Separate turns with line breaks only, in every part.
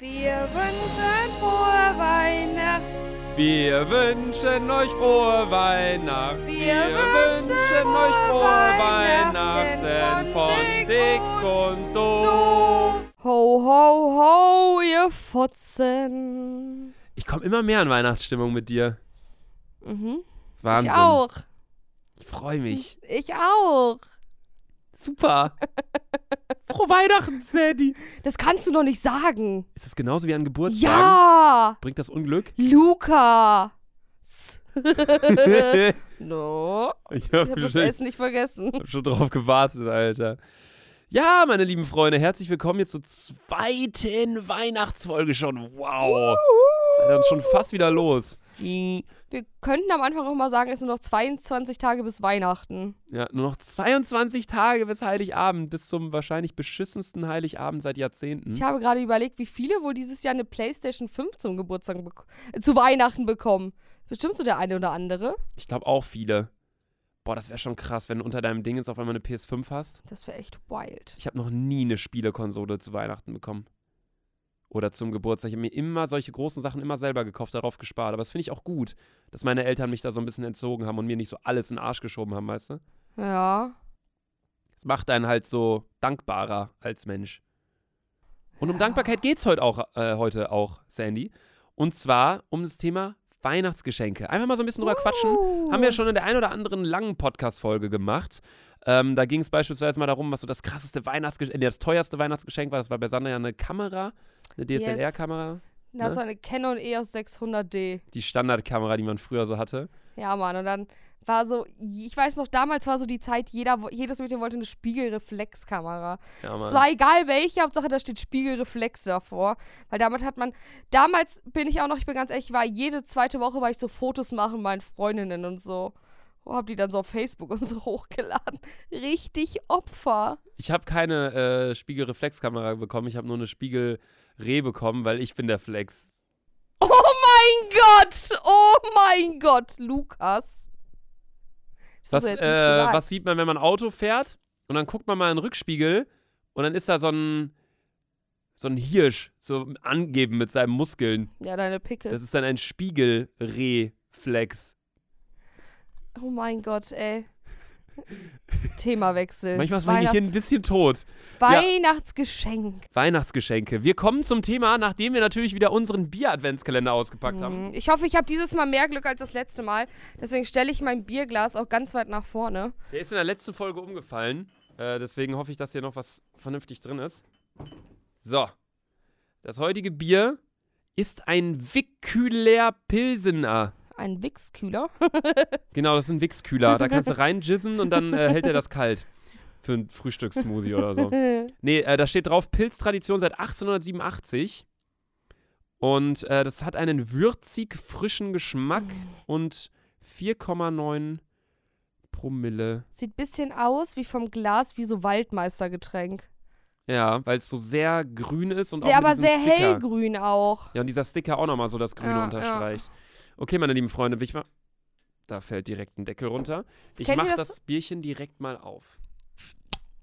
Wir wünschen frohe Weihnachten.
Wir wünschen euch frohe Weihnachten.
Wir wünschen
euch frohe
Weihnachten
Weihnachten
von
von
Dick
Dick und Doof.
Ho, ho, ho, ihr Fotzen.
Ich komme immer mehr in Weihnachtsstimmung mit dir.
Mhm.
Das ist Wahnsinn.
Ich auch.
Ich freue mich.
Ich auch.
Super. frohe Weihnachten, Sandy.
Das kannst du doch nicht sagen.
Ist das genauso wie an Geburtstagen?
Ja,
Bringt das Unglück?
Luca.
ich
no, Äh. ich
habe
habe das
schon,
Essen nicht vergessen.
hab schon drauf gewartet, Alter. Ja, meine lieben Freunde, herzlich willkommen jetzt zur zweiten Weihnachtsfolge schon. Wow. Seid uns schon fast wieder los.
Wir könnten am Anfang auch mal sagen, es sind noch 22 Tage bis Weihnachten.
Ja, nur noch 22 Tage bis Heiligabend, bis zum wahrscheinlich beschissensten Heiligabend seit Jahrzehnten.
Ich habe gerade überlegt, wie viele wohl dieses Jahr eine PlayStation 5 zum Geburtstag bek- äh, zu Weihnachten bekommen. Bestimmt so der eine oder andere.
Ich glaube auch viele. Boah, das wäre schon krass, wenn du unter deinem Ding jetzt auf einmal eine PS5 hast.
Das wäre echt wild.
Ich habe noch nie eine Spielekonsole zu Weihnachten bekommen. Oder zum Geburtstag. Ich habe mir immer solche großen Sachen immer selber gekauft, darauf gespart. Aber das finde ich auch gut, dass meine Eltern mich da so ein bisschen entzogen haben und mir nicht so alles in den Arsch geschoben haben, weißt du?
Ja.
Das macht einen halt so dankbarer als Mensch. Und um
Ja.
Dankbarkeit geht's heute auch, äh, heute auch, Sandy. Und zwar um das Thema Weihnachtsgeschenke. Einfach mal so ein bisschen drüber quatschen.
Uh.
Haben wir schon in der einen oder anderen langen Podcast-Folge gemacht. Ähm, da ging es beispielsweise mal darum, was so das krasseste Weihnachtsgeschenk, nee, das teuerste Weihnachtsgeschenk war. Das war bei Sander ja eine Kamera, eine DSLR-Kamera,
Das
ne?
war eine Canon E EOS 600D.
die Standardkamera, die man früher so hatte.
Ja, Mann. Und dann war so, ich weiß noch, damals war so die Zeit, jeder, wo- jedes Mädchen wollte eine Spiegelreflexkamera.
Ja,
Es
Mann.
war egal welche, Hauptsache da steht Spiegelreflex davor. Weil damit hat man, damals bin ich auch noch, ich bin ganz ehrlich, ich war jede zweite Woche, weil ich so Fotos mache mit meinen Freundinnen und so. Oh, hab die dann so auf Facebook und so hochgeladen. Richtig Opfer.
Ich habe keine äh, Spiegelreflexkamera bekommen, ich habe nur eine Spiegelreh bekommen, weil ich bin der Flex.
Oh mein Gott! Oh mein Gott, Lukas. Das
Was,
hast du jetzt
äh,
nicht gesagt.
was sieht man, wenn man Auto fährt? Und dann guckt man mal in den Rückspiegel und dann ist da so ein, so ein Hirsch, so angeben mit seinen Muskeln.
Ja, deine Pickel.
Das ist dann ein Spiegelreflex.
oh mein Gott, ey. Themawechsel.
Manchmal ist mein Gehirn
Äh,
ein
Weihnachts
bisschen tot.
Weihnachtsgeschenk.
Weihnachtsgeschenke. Wir kommen zum Thema, nachdem wir natürlich wieder unseren Bier-Adventskalender ausgepackt haben.
Mhm. Ich hoffe, ich habe dieses Mal mehr Glück als das letzte Mal. Deswegen stelle ich mein Bierglas auch ganz weit nach vorne.
Der ist in der letzten Folge umgefallen. Äh, deswegen hoffe ich, dass hier noch was vernünftig drin ist. So. Das heutige Bier ist ein Wickkühler Pilsener.
Ein Wichskühler.
Genau, das ist ein Wichskühler. Da kannst du reinjissen und dann äh, hält er das kalt. Für einen Frühstückssmoothie oder so. Nee, äh, da steht drauf Pilztradition seit 1887. Und äh, das hat einen würzig frischen Geschmack
Mm.
und 4,9 Promille.
Sieht bisschen aus wie vom Glas, wie so Waldmeistergetränk.
Ja, weil es so sehr grün ist und
Sehr,
auch mit
aber
diesem
sehr
Sticker.
hellgrün auch.
Ja, und dieser Sticker auch nochmal so das Grüne
Ja, ja.
unterstreicht. Okay, meine lieben Freunde, ich mach- da fällt direkt ein Deckel runter. Ich
Kennt ihr
mache
das-
das? Bierchen direkt mal auf.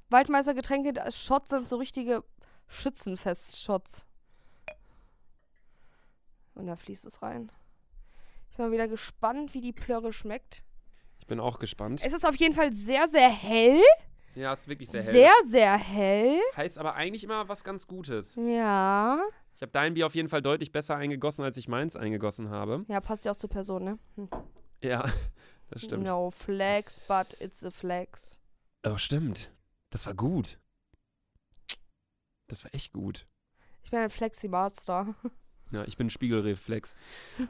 Waldmeistergetränke, da- Shots sind so richtige Schützenfest-Shots. Und da fließt es rein. Ich bin mal wieder gespannt, wie die Plörre schmeckt.
Ich bin auch gespannt.
Es ist auf jeden Fall sehr, sehr hell.
ja, ist wirklich sehr
Sehr,
hell.
sehr, hell.
Heißt aber eigentlich immer was ganz Gutes.
Ja.
Ich habe dein Bier auf jeden Fall deutlich besser eingegossen, als ich meins eingegossen habe.
Ja, passt ja auch zur Person, ne? Hm.
Ja, das stimmt.
No flex, but it's a flex.
Oh, stimmt. Das war gut. Das war echt gut.
Ich bin ein Flexi-Master.
Ja, ich bin Spiegelreflex.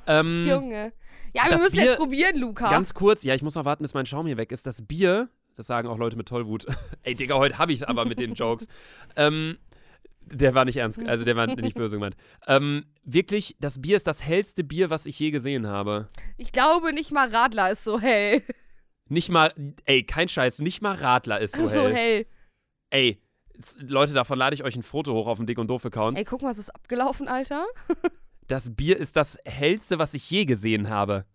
ähm,
Junge. Ja, wir
das
müssen
Bier-
jetzt probieren, Luca.
Ganz kurz, ja, ich muss noch warten, bis mein Schaum hier weg ist. Das Bier, das sagen auch Leute mit Tollwut. Ey, Digga, heute hab ich's aber mit den Jokes. ähm, der war nicht ernst, also der war nicht böse gemeint. Ähm, wirklich, das Bier ist das hellste Bier, was ich je gesehen habe.
ich glaube nicht mal Radler ist so hell.
Nicht mal, ey, kein Scheiß, nicht mal Radler ist so,
So
hell.
hell.
Ey, s- Leute, davon lade ich euch ein Foto hoch auf dem Dick und Doof-Account.
Ey, guck mal, es ist abgelaufen, Alter.
Das Bier ist das hellste, was ich je gesehen habe.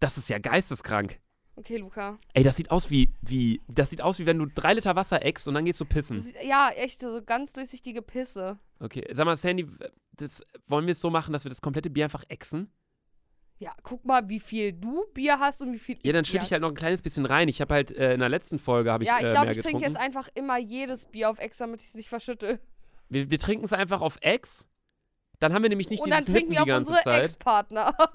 Das ist ja geisteskrank.
Okay, Luca.
Ey, das sieht aus wie, wie, das sieht aus wie wenn du drei Liter Wasser eckst und dann gehst du
Das
pissen.
ist, ja, echt, so ganz durchsichtige Pisse.
Okay, sag mal, Sandy, das, wollen wir es so machen, dass wir das komplette Bier einfach exen?
Ja, guck mal, wie viel du Bier hast und wie viel ich
Ja, dann
Bier
schütte ich halt noch ein kleines bisschen rein. Ich habe halt äh, in der letzten Folge habe ich
Ja, ich
äh,
glaube,
mehr
ich trinke
getrunken.
jetzt einfach immer jedes Bier auf Ex, damit ich es nicht verschüttel.
wir wir trinken es einfach auf Ex. Dann haben wir nämlich nicht
und dann
dieses
trinken wir
Hippen die
auf
ganze
unsere
Zeit.
Ex-Partner.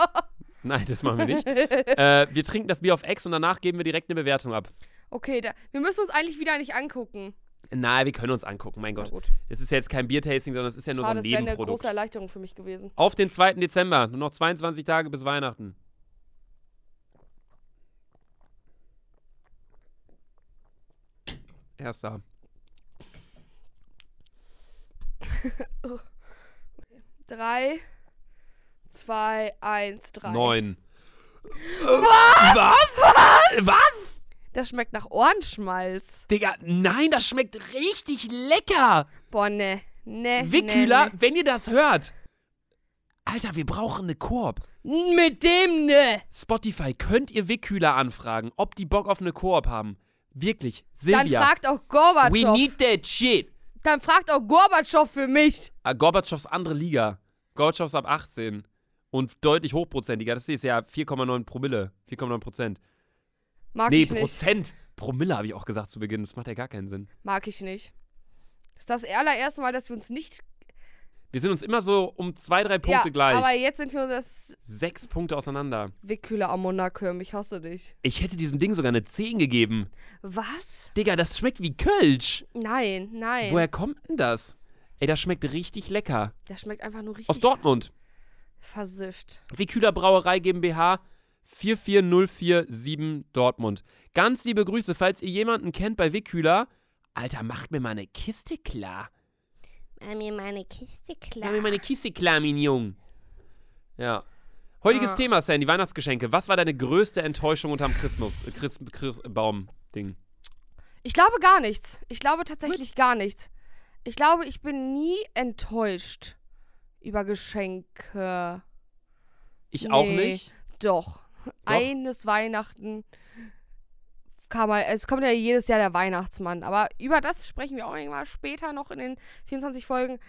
Nein, das machen wir nicht. äh, wir trinken das Bier auf Ex und danach geben wir direkt eine Bewertung ab.
okay, da, wir müssen uns eigentlich wieder nicht angucken.
Na, wir können uns angucken, mein
Na
Gott.
gut.
Es ist ja jetzt kein Biertasting, sondern es ist ja nur
Schade, das
so
wäre
ein
eine große
Nebenprodukt.
Erleichterung für mich gewesen.
Auf den 2. Dezember, nur noch 22 Tage bis Weihnachten. Erster.
Drei, zwei, eins, drei.
Neun. Was? Was? Was?
Das schmeckt nach Ohrenschmalz.
Digga, nein, das schmeckt richtig lecker.
Boah, ne. Ne.
Wickhühler, wenn ihr das hört. Alter, wir brauchen eine Koop.
Nee, nee. Mit dem ne.
Spotify, könnt ihr Wickhühler anfragen, ob die Bock auf eine Koop haben? Wirklich,
Dann
Silvia.
fragt auch
we
Gorbatschow.
need that shit.
Dann fragt auch Gorbatschow für mich.
Ah, Gorbatschows andere Liga. Gorbatschows ab 18. Und deutlich hochprozentiger. Das hier ist ja 4,9 Promille. 4,9 Prozent.
Mag
Nee,
ich nicht.
Prozent. Promille habe ich auch gesagt zu Beginn. Das macht ja gar keinen Sinn.
Mag ich nicht. Das ist das allererste Mal, dass wir uns nicht.
Wir sind uns immer so um zwei, drei Punkte
ja,
gleich.
Aber jetzt sind wir uns das
Sechs Punkte auseinander.
Wickhühler Ammoniakirm. Ich hasse dich.
Ich hätte diesem Ding sogar eine 10 gegeben.
Was?
Digga, das schmeckt wie Kölsch.
Nein, nein.
Woher kommt denn das? Ey, das schmeckt richtig lecker.
Das schmeckt einfach nur richtig
Aus Dortmund.
versifft.
Wikühler Brauerei GmbH 44047 Dortmund. Ganz liebe Grüße, falls ihr jemanden kennt bei Wikühler. Alter, macht mir mal eine Kiste klar.
Mach mir meine Kiste klar.
Mach mir mal eine Kiste klar, mein Jung. Ja. Heutiges
Ah.
Ja.
Thema, Sandy, Weihnachtsgeschenke. Was war deine größte Enttäuschung unterm Christmus, äh, Christ, Christ, Baum-Ding?
Ich glaube gar nichts. Ich glaube tatsächlich gar nichts. Ich glaube, ich bin nie enttäuscht über Geschenke.
Ich auch
Nee.
nicht.
Doch. Eines Weihnachten kam mal, es kommt ja jedes Jahr der Weihnachtsmann, aber über das sprechen wir auch irgendwann später noch in den 24 Folgen.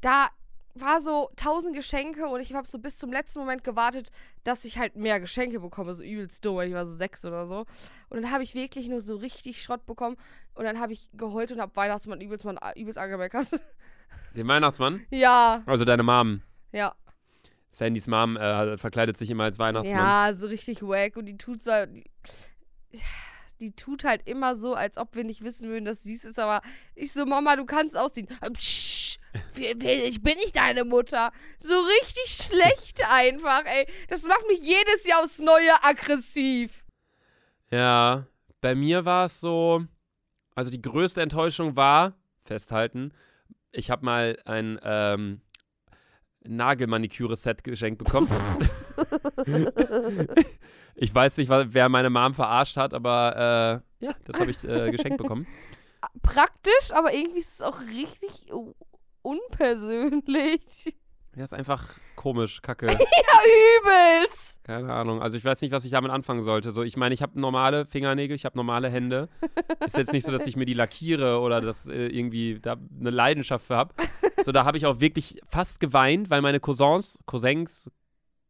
Da war so 1000 Geschenke und ich habe so bis zum letzten Moment gewartet, dass ich halt mehr Geschenke bekomme. So übelst dumm, weil ich war so sechs oder so. Und dann habe ich wirklich nur so richtig Schrott bekommen und dann habe ich geheult und habe Weihnachtsmann übelst, mal, übelst angemeckert.
Den Weihnachtsmann?
ja,
Also deine Mom.
ja.
Sandys Mom äh, verkleidet sich immer als Weihnachtsmann.
Ja, so richtig wack. Und die tut so. Die, die tut halt immer so, als ob wir nicht wissen würden, dass sie es ist. Aber ich so, Mama, du kannst ausziehen. Äh, Psch, wer- wer- ich bin nicht deine Mutter. So richtig schlecht einfach, ey. Das macht mich jedes Jahr aufs Neue aggressiv.
Ja. Bei mir war es so, also die größte Enttäuschung war, festhalten, ich habe mal ein ähm, Nagelmaniküre-Set geschenkt bekommen. ich weiß nicht, wa- wer meine Mom verarscht hat, aber äh, ja, das habe ich äh, geschenkt bekommen.
Praktisch, aber irgendwie ist es auch richtig u- unpersönlich.
Ja, ist einfach komisch, kacke.
Ja, übelst.
Keine Ahnung. Also ich weiß nicht, was ich damit anfangen sollte. So, ich meine, ich habe normale Fingernägel, ich habe normale Hände. Ist jetzt nicht so, dass ich mir die lackiere oder dass äh, irgendwie da eine Leidenschaft für habe. So, da habe ich auch wirklich fast geweint, weil meine Cousins, Cousins,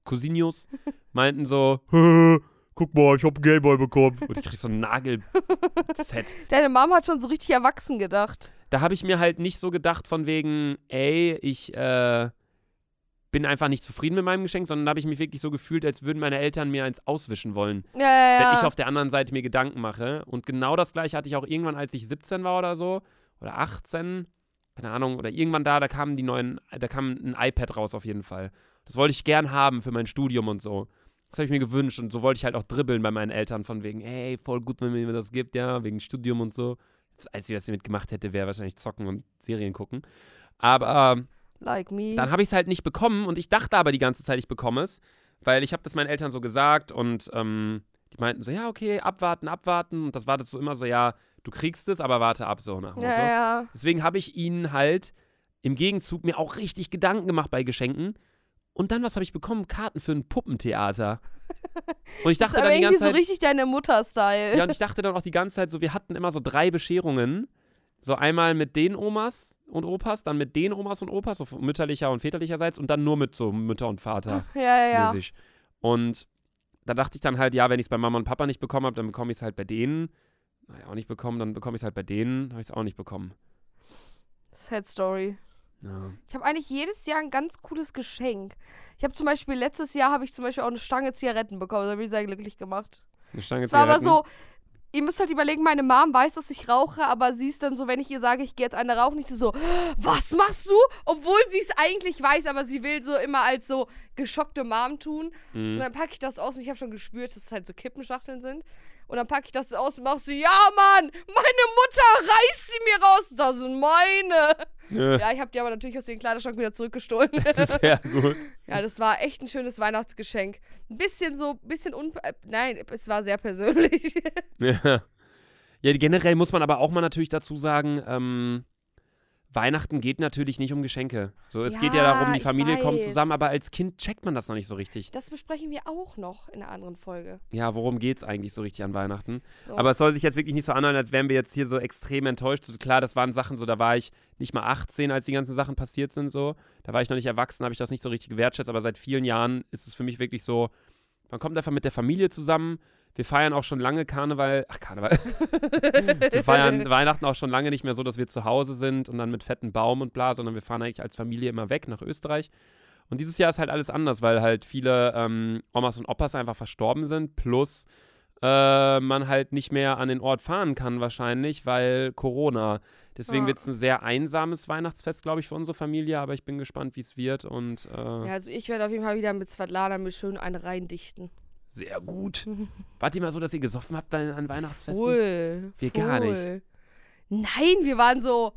Cousinius meinten so, "Hä, guck mal, ich habe einen Gameboy bekommen. Und ich krieg so ein Nagelset.
Deine Mama hat schon so richtig erwachsen gedacht.
Da habe ich mir halt nicht so gedacht von wegen, ey, ich äh, bin einfach nicht zufrieden mit meinem Geschenk, sondern da habe ich mich wirklich so gefühlt, als würden meine Eltern mir eins auswischen wollen
Ja, ja, ja.
wenn ich auf der anderen Seite mir Gedanken mache. Und genau das gleiche hatte ich auch irgendwann, als ich 17 war oder so, oder 18, keine Ahnung, oder irgendwann da, da kamen die neuen, da kam ein iPad raus auf jeden Fall. Das wollte ich gern haben für mein Studium und so. Das habe ich mir gewünscht und so wollte ich halt auch dribbeln bei meinen Eltern von wegen, ey, voll gut, wenn mir jemand das gibt, ja, wegen Studium und so. Das Einzige, was ich damit gemacht hätte, wäre wahrscheinlich zocken und Serien gucken. Aber ähm,
like me.
dann habe ich es halt nicht bekommen und ich dachte aber die ganze Zeit, ich bekomme es, weil ich habe das meinen Eltern so gesagt und ähm, die meinten so, ja, okay, abwarten, abwarten. Und das war das so immer so, ja, du kriegst es, aber warte ab, so nach dem Motto.
ja, ja.
Deswegen habe ich ihnen halt im Gegenzug mir auch richtig Gedanken gemacht bei Geschenken. Und dann, was habe ich bekommen? Karten für ein Puppentheater. Und ich
Das
dachte
ist aber
dann die
irgendwie
ganze
so
Zeit,
richtig deine Mutter-Style.
ja, und ich dachte dann auch die ganze Zeit so, wir hatten immer so drei Bescherungen So einmal mit den Omas und Opas, dann mit den Omas und Opas, so mütterlicher und väterlicherseits und dann nur mit so Mütter und Vater
Ja, ja, ja.
mäßig. Und da dachte ich dann halt, ja, wenn ich es bei Mama und Papa nicht bekommen habe, dann bekomme ich es halt bei denen. Naja, auch nicht bekommen, dann bekomme ich es halt bei denen, habe ich es auch nicht bekommen.
Sad halt Story.
Ja.
Ich habe eigentlich jedes Jahr ein ganz cooles Geschenk. Ich habe zum Beispiel, letztes Jahr habe ich zum Beispiel auch eine Stange Zigaretten bekommen. Da bin ich sehr glücklich gemacht.
Eine Stange
Es war aber
Zigaretten.
so, ihr müsst halt überlegen, meine Mom weiß, dass ich rauche, aber sie ist dann so, wenn ich ihr sage, ich gehe jetzt eine rauchen, nicht so, so, was machst du? Obwohl sie es eigentlich weiß, aber sie will so immer als so geschockte Mom tun. Und
Mhm.
dann packe ich das aus und ich habe schon gespürt, dass es halt so Kippenschachteln sind. Und dann packe ich das aus und mache so, ja Mann, meine Mutter reißt sie mir raus. Das sind meine.
Nö.
Ja, ich habe die aber natürlich aus dem Kleiderschrank wieder zurückgestohlen.
Sehr gut.
ja, das war echt ein schönes Weihnachtsgeschenk. Ein bisschen so, bisschen un... Äh, nein, es war sehr persönlich.
Ja. ja, generell muss man aber auch mal natürlich dazu sagen, ähm, Weihnachten geht natürlich nicht um Geschenke. So, es geht ja
Ja,
darum, die
ich
Familie kommt
weiß.
zusammen, aber als Kind checkt man das noch nicht so richtig.
Das besprechen wir auch noch in einer anderen Folge.
Ja, worum geht's eigentlich so richtig an Weihnachten?
So.
Aber es soll sich jetzt wirklich nicht so anhören, als wären wir jetzt hier so extrem enttäuscht. So, klar, das waren Sachen, so da war ich nicht mal 18, als die ganzen Sachen passiert sind, so. Da war ich noch nicht erwachsen, habe ich das nicht so richtig gewertschätzt, aber seit vielen Jahren ist es für mich wirklich so, man kommt einfach mit der Familie zusammen. Wir feiern auch schon lange Karneval, ach Karneval, wir feiern Weihnachten auch schon lange nicht mehr so, dass wir zu Hause sind und dann mit fetten Baum und bla, sondern wir fahren eigentlich als Familie immer weg nach Österreich. Und dieses Jahr ist halt alles anders, weil halt viele ähm, Omas und Opas einfach verstorben sind, plus äh, man halt nicht mehr an den Ort fahren kann wahrscheinlich, weil Corona. Deswegen
Ja.
wird es ein sehr einsames Weihnachtsfest, glaube ich, für unsere Familie, aber ich bin gespannt, wie es wird und äh,
ja, also ich werde auf jeden Fall wieder mit Svetlana mir schön eine reindichten.
sehr gut. Wart ihr mal so, dass ihr gesoffen habt bei- an Weihnachtsfesten?
Voll.
Wir gar nicht.
voll. Nein, wir waren so.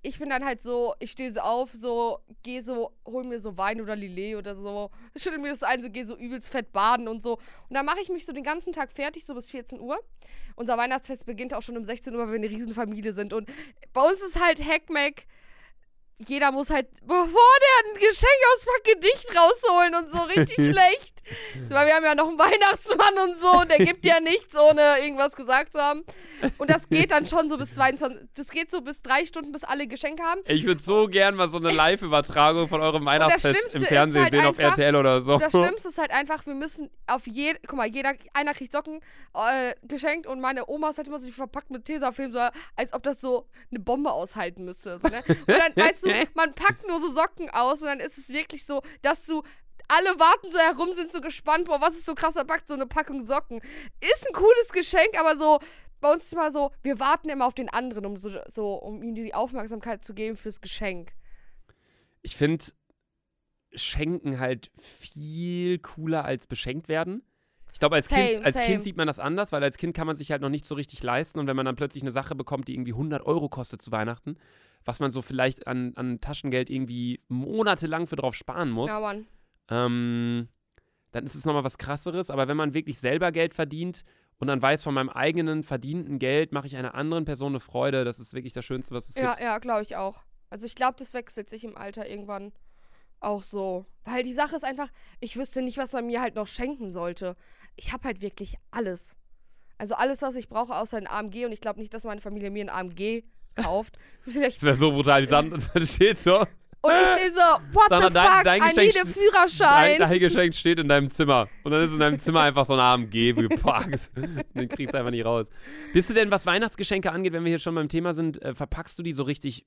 Ich bin dann halt so, ich stehe so auf, so, geh so, hol mir so Wein oder Lillet oder so, schüttel mir das ein, so, geh so übelst fett baden und so. Und dann mache ich mich so den ganzen Tag fertig, so bis 14 Uhr. Unser Weihnachtsfest beginnt auch schon um 16 Uhr, weil wir eine Riesenfamilie sind. Und bei uns ist halt Hackmack, jeder muss halt, bevor der ein Geschenk auspackt, Gedicht rausholen und so richtig schlecht. So, Weil wir haben ja noch einen Weihnachtsmann und so und der gibt ja nichts, ohne irgendwas gesagt zu haben. Und das geht dann schon so bis 22, das geht so bis drei Stunden, bis alle Geschenke haben.
Ich würde so gern mal so eine Live-Übertragung von eurem
Schlimmste
Weihnachtsfest im
ist
Fernsehen
halt
sehen, auf
einfach-
RTL oder so.
Und das Schlimmste ist halt einfach, wir müssen auf jeder, guck mal, jeder, einer kriegt Socken äh, geschenkt und meine Oma ist halt immer so die verpackt mit Tesafilm, so, als ob das so eine Bombe aushalten müsste. So, ne? Und dann, weißt du, man packt nur so Socken aus und dann ist es wirklich so, dass du. Alle warten so herum, sind so gespannt, boah, was ist so krass, er packt so eine Packung Socken. Ist ein cooles Geschenk, aber so, bei uns ist immer so, wir warten immer auf den anderen, um so, so um ihm die Aufmerksamkeit zu geben fürs Geschenk.
Ich finde Schenken halt viel cooler als beschenkt werden. Ich glaube, als,
Same,
kind, als
same.
kind sieht man das anders, weil als Kind kann man sich halt noch nicht so richtig leisten. Und wenn man dann plötzlich eine Sache bekommt, die irgendwie 100 Euro kostet zu Weihnachten, was man so vielleicht an, an Taschengeld irgendwie monatelang für drauf sparen muss,
Ja, Mann.
ähm, dann ist es nochmal was krasseres. Aber wenn man wirklich selber Geld verdient und dann weiß, von meinem eigenen verdienten Geld mache ich einer anderen Person eine Freude, das ist wirklich das Schönste, was es
Ja,
gibt.
ja, glaube ich auch. Also ich glaube, das wechselt sich im Alter irgendwann auch so. Weil die Sache ist einfach, ich wüsste nicht, was man mir halt noch schenken sollte. Ich habe halt wirklich alles. Also alles, was ich brauche, außer ein AMG. Und ich glaube nicht, dass meine Familie mir ein AMG kauft. Vielleicht.
Das wäre so brutal. Die Sand und dann steht so.
Und ich stehe so, what
Sandra,
the
dein-
fuck,
dein
I need a
Geschenk-
Führerschein.
Dein, dein Geschenk steht in deinem Zimmer. Und dann ist in deinem Zimmer einfach so ein AMG geparkt. Den kriegst du einfach nicht raus. Bist du denn, was Weihnachtsgeschenke angeht, wenn wir hier schon beim Thema sind, äh, verpackst du die so richtig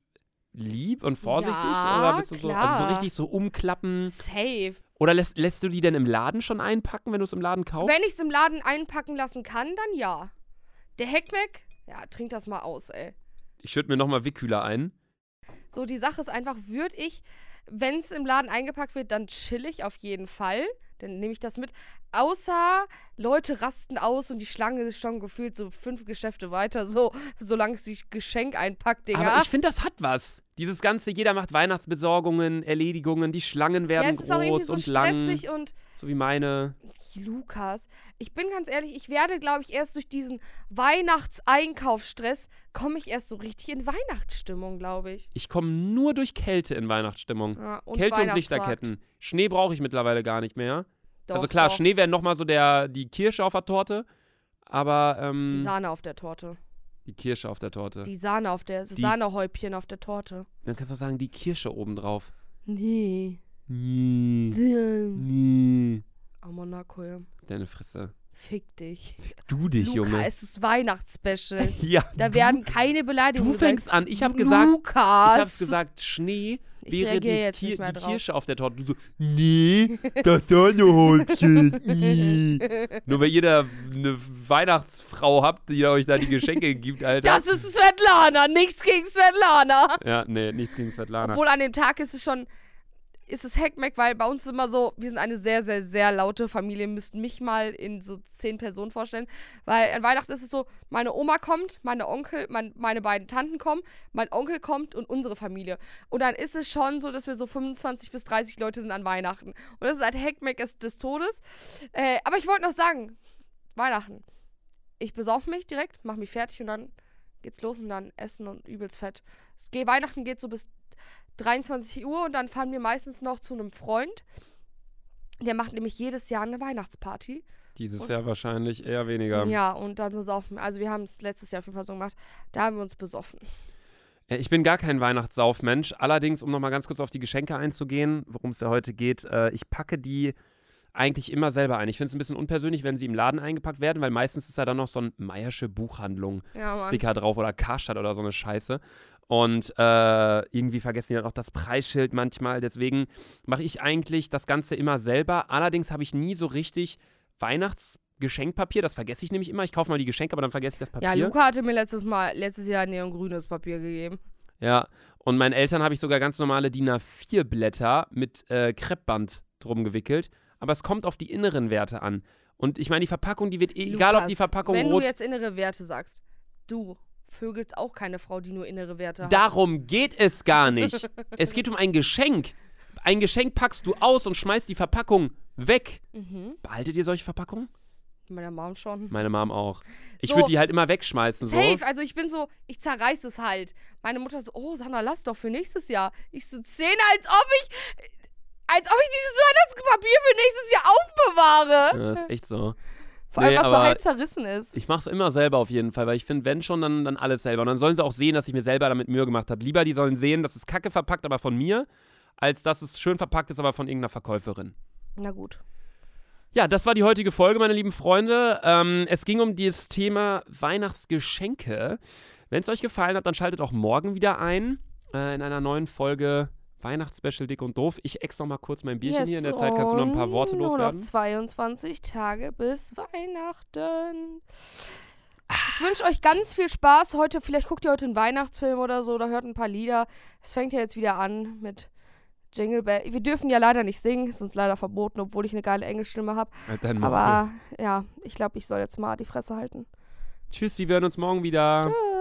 lieb und vorsichtig?
Ja,
oder bist du so, also so
klar.
richtig so umklappen?
Safe.
Oder lässt, lässt du die denn im Laden schon einpacken, wenn du es im Laden kaufst?
Wenn ich es im Laden einpacken lassen kann, dann ja. Der Heckmeck, ja, trink das mal aus, ey.
Ich schütte mir nochmal Wickhüler ein.
So, die Sache ist einfach, würde ich, wenn es im Laden eingepackt wird, dann chill ich auf jeden Fall. Dann nehme ich das mit. Außer Leute rasten aus und die Schlange ist schon gefühlt so fünf Geschäfte weiter, so, solange es sich Geschenk einpackt, Digga.
Aber ich finde, das hat was. Dieses ganze, jeder macht Weihnachtsbesorgungen, Erledigungen, die Schlangen
ja,
werden
es ist auch irgendwie
groß
so
und lang.
stressig und
So wie meine.
Lukas, ich bin ganz ehrlich, ich werde, glaube ich, erst durch diesen Weihnachtseinkaufsstress komme ich erst so richtig in Weihnachtsstimmung, glaube ich.
Ich komme nur durch Kälte in Weihnachtsstimmung.
Ja,
Kälte und
Weihnachtsmarkt.
Lichterketten. Schnee brauche ich mittlerweile gar nicht mehr.
Doch,
also klar,
doch.
Schnee wäre nochmal so der, die Kirsche auf der Torte. Aber
Die
ähm,
Sahne auf der Torte.
Die Kirsche auf der Torte.
Die Sahne auf der, das
Die-
Sahnehäubchen auf der Torte.
Dann kannst du auch sagen, die Kirsche obendrauf.
Nee.
Nee. Nee.
Amonako, Oh, ja.
Deine Fresse.
Fick dich.
Du dich,
Luca,
Junge.
es ist Weihnachtsspecial.
Ja.
Da
du,
werden keine Beleidigungen
Du fängst an. Ich habe gesagt,
Lukas.
ich hab gesagt, Schnee
Ich
wäre
reagier
die,
jetzt
Ki
nicht mehr
die
drauf.
Kirsche auf der Torte. Du so, nee, das Sahnehäubchen. nee. Nur weil ihr da eine Weihnachtsfrau habt, die euch da die Geschenke gibt, Alter.
Das ist Svetlana. Nichts gegen Svetlana.
ja, nee, nichts gegen Svetlana.
Obwohl an dem Tag ist es schon, ist es Heckmeck, weil bei uns ist immer so, wir sind eine sehr, sehr, sehr laute Familie, müssten mich mal in so zehn Personen vorstellen. Weil an Weihnachten ist es so, meine Oma kommt, meine Onkel, mein, meine beiden Tanten kommen, mein Onkel kommt und unsere Familie. Und dann ist es schon so, dass wir so 25 bis 30 Leute sind an Weihnachten. Und das ist halt Heckmeck des- des Todes. Äh, aber ich wollte noch sagen, Weihnachten. Ich besauf mich direkt, mach mich fertig und dann geht's los und dann essen und übelst fett. Es geht, Weihnachten geht so bis 23 Uhr und dann fahren wir meistens noch zu einem Freund. Der macht nämlich jedes Jahr eine Weihnachtsparty.
Dieses Jahr wahrscheinlich eher weniger.
Ja, und dann besaufen. wir. Also wir haben es letztes Jahr auf jeden Fall so gemacht. Da haben wir uns besoffen.
Äh, Ich bin gar kein Weihnachtssaufmensch. Allerdings, um nochmal ganz kurz auf die Geschenke einzugehen, worum es ja heute geht, äh, ich packe die eigentlich immer selber ein. Ich finde es ein bisschen unpersönlich, wenn sie im Laden eingepackt werden, weil meistens ist da dann noch so ein Meiersche Buchhandlung
Ja, Mann.
Sticker drauf oder Karstadt oder so eine Scheiße. Und äh, irgendwie vergessen die dann auch das Preisschild manchmal. Deswegen mache ich eigentlich das Ganze immer selber. Allerdings habe ich nie so richtig Weihnachtsgeschenkpapier. Das vergesse ich nämlich immer. Ich kaufe mal die Geschenke, aber dann vergesse ich das Papier.
Ja, Luca hatte mir letztes Mal letztes Jahr neongrünes Papier gegeben.
Ja, und meinen Eltern habe ich sogar ganz normale DIN A4 Blätter mit äh, Kreppband drum gewickelt. Aber es kommt auf die inneren Werte an. Und ich meine, die Verpackung, die wird eh, egal ob die
Lukas,
Verpackung
wenn
rot.
du jetzt innere Werte sagst, du vögelst auch keine Frau, die nur innere Werte hat.
Darum geht es gar nicht. es geht um ein Geschenk. Ein Geschenk packst du aus und schmeißt die Verpackung weg.
Mhm.
Behaltet ihr solche Verpackungen?
Meiner Mom schon.
Meine Mom auch. Ich
So.
würde die halt immer wegschmeißen.
Safe,
So.
also ich bin so, ich zerreiß es halt. Meine Mutter so, oh Sandra, lass doch für nächstes Jahr. Ich so, zehn, als ob ich, als ob ich dieses Weihnachtspapier für nächstes Jahr aufbewahre.
Ja, ist echt so.
Vor allem,
Nee,
was so
aber
halb zerrissen ist.
Ich mache es immer selber auf jeden Fall, weil ich finde, wenn schon, dann, dann alles selber. Und dann sollen sie auch sehen, dass ich mir selber damit Mühe gemacht habe. Lieber, die sollen sehen, dass es kacke verpackt, aber von mir, als dass es schön verpackt ist, aber von irgendeiner Verkäuferin.
Na gut.
Ja, das war die heutige Folge, meine lieben Freunde. Ähm, es ging um dieses Thema Weihnachtsgeschenke. Wenn es euch gefallen hat, dann schaltet auch morgen wieder ein äh, in einer neuen Folge Weihnachtsspecial Dick und Doof. Ich ex noch mal kurz mein Bierchen hier. In der Zeit kannst du noch ein paar Worte
und Oh, Nur noch
loswerden.
22 Tage bis Weihnachten.
Ah.
Ich wünsche euch ganz viel Spaß heute. Vielleicht guckt ihr heute einen Weihnachtsfilm oder so oder hört ein paar Lieder. Es fängt ja jetzt wieder an mit Jingle Bell. Wir dürfen ja leider nicht singen, ist uns leider verboten, obwohl ich eine geile Englischstimme habe.
Halt dein Maul.
Aber ja, ich glaube, ich soll jetzt mal die Fresse halten.
Tschüss, wir hören uns morgen wieder.
Tschüss.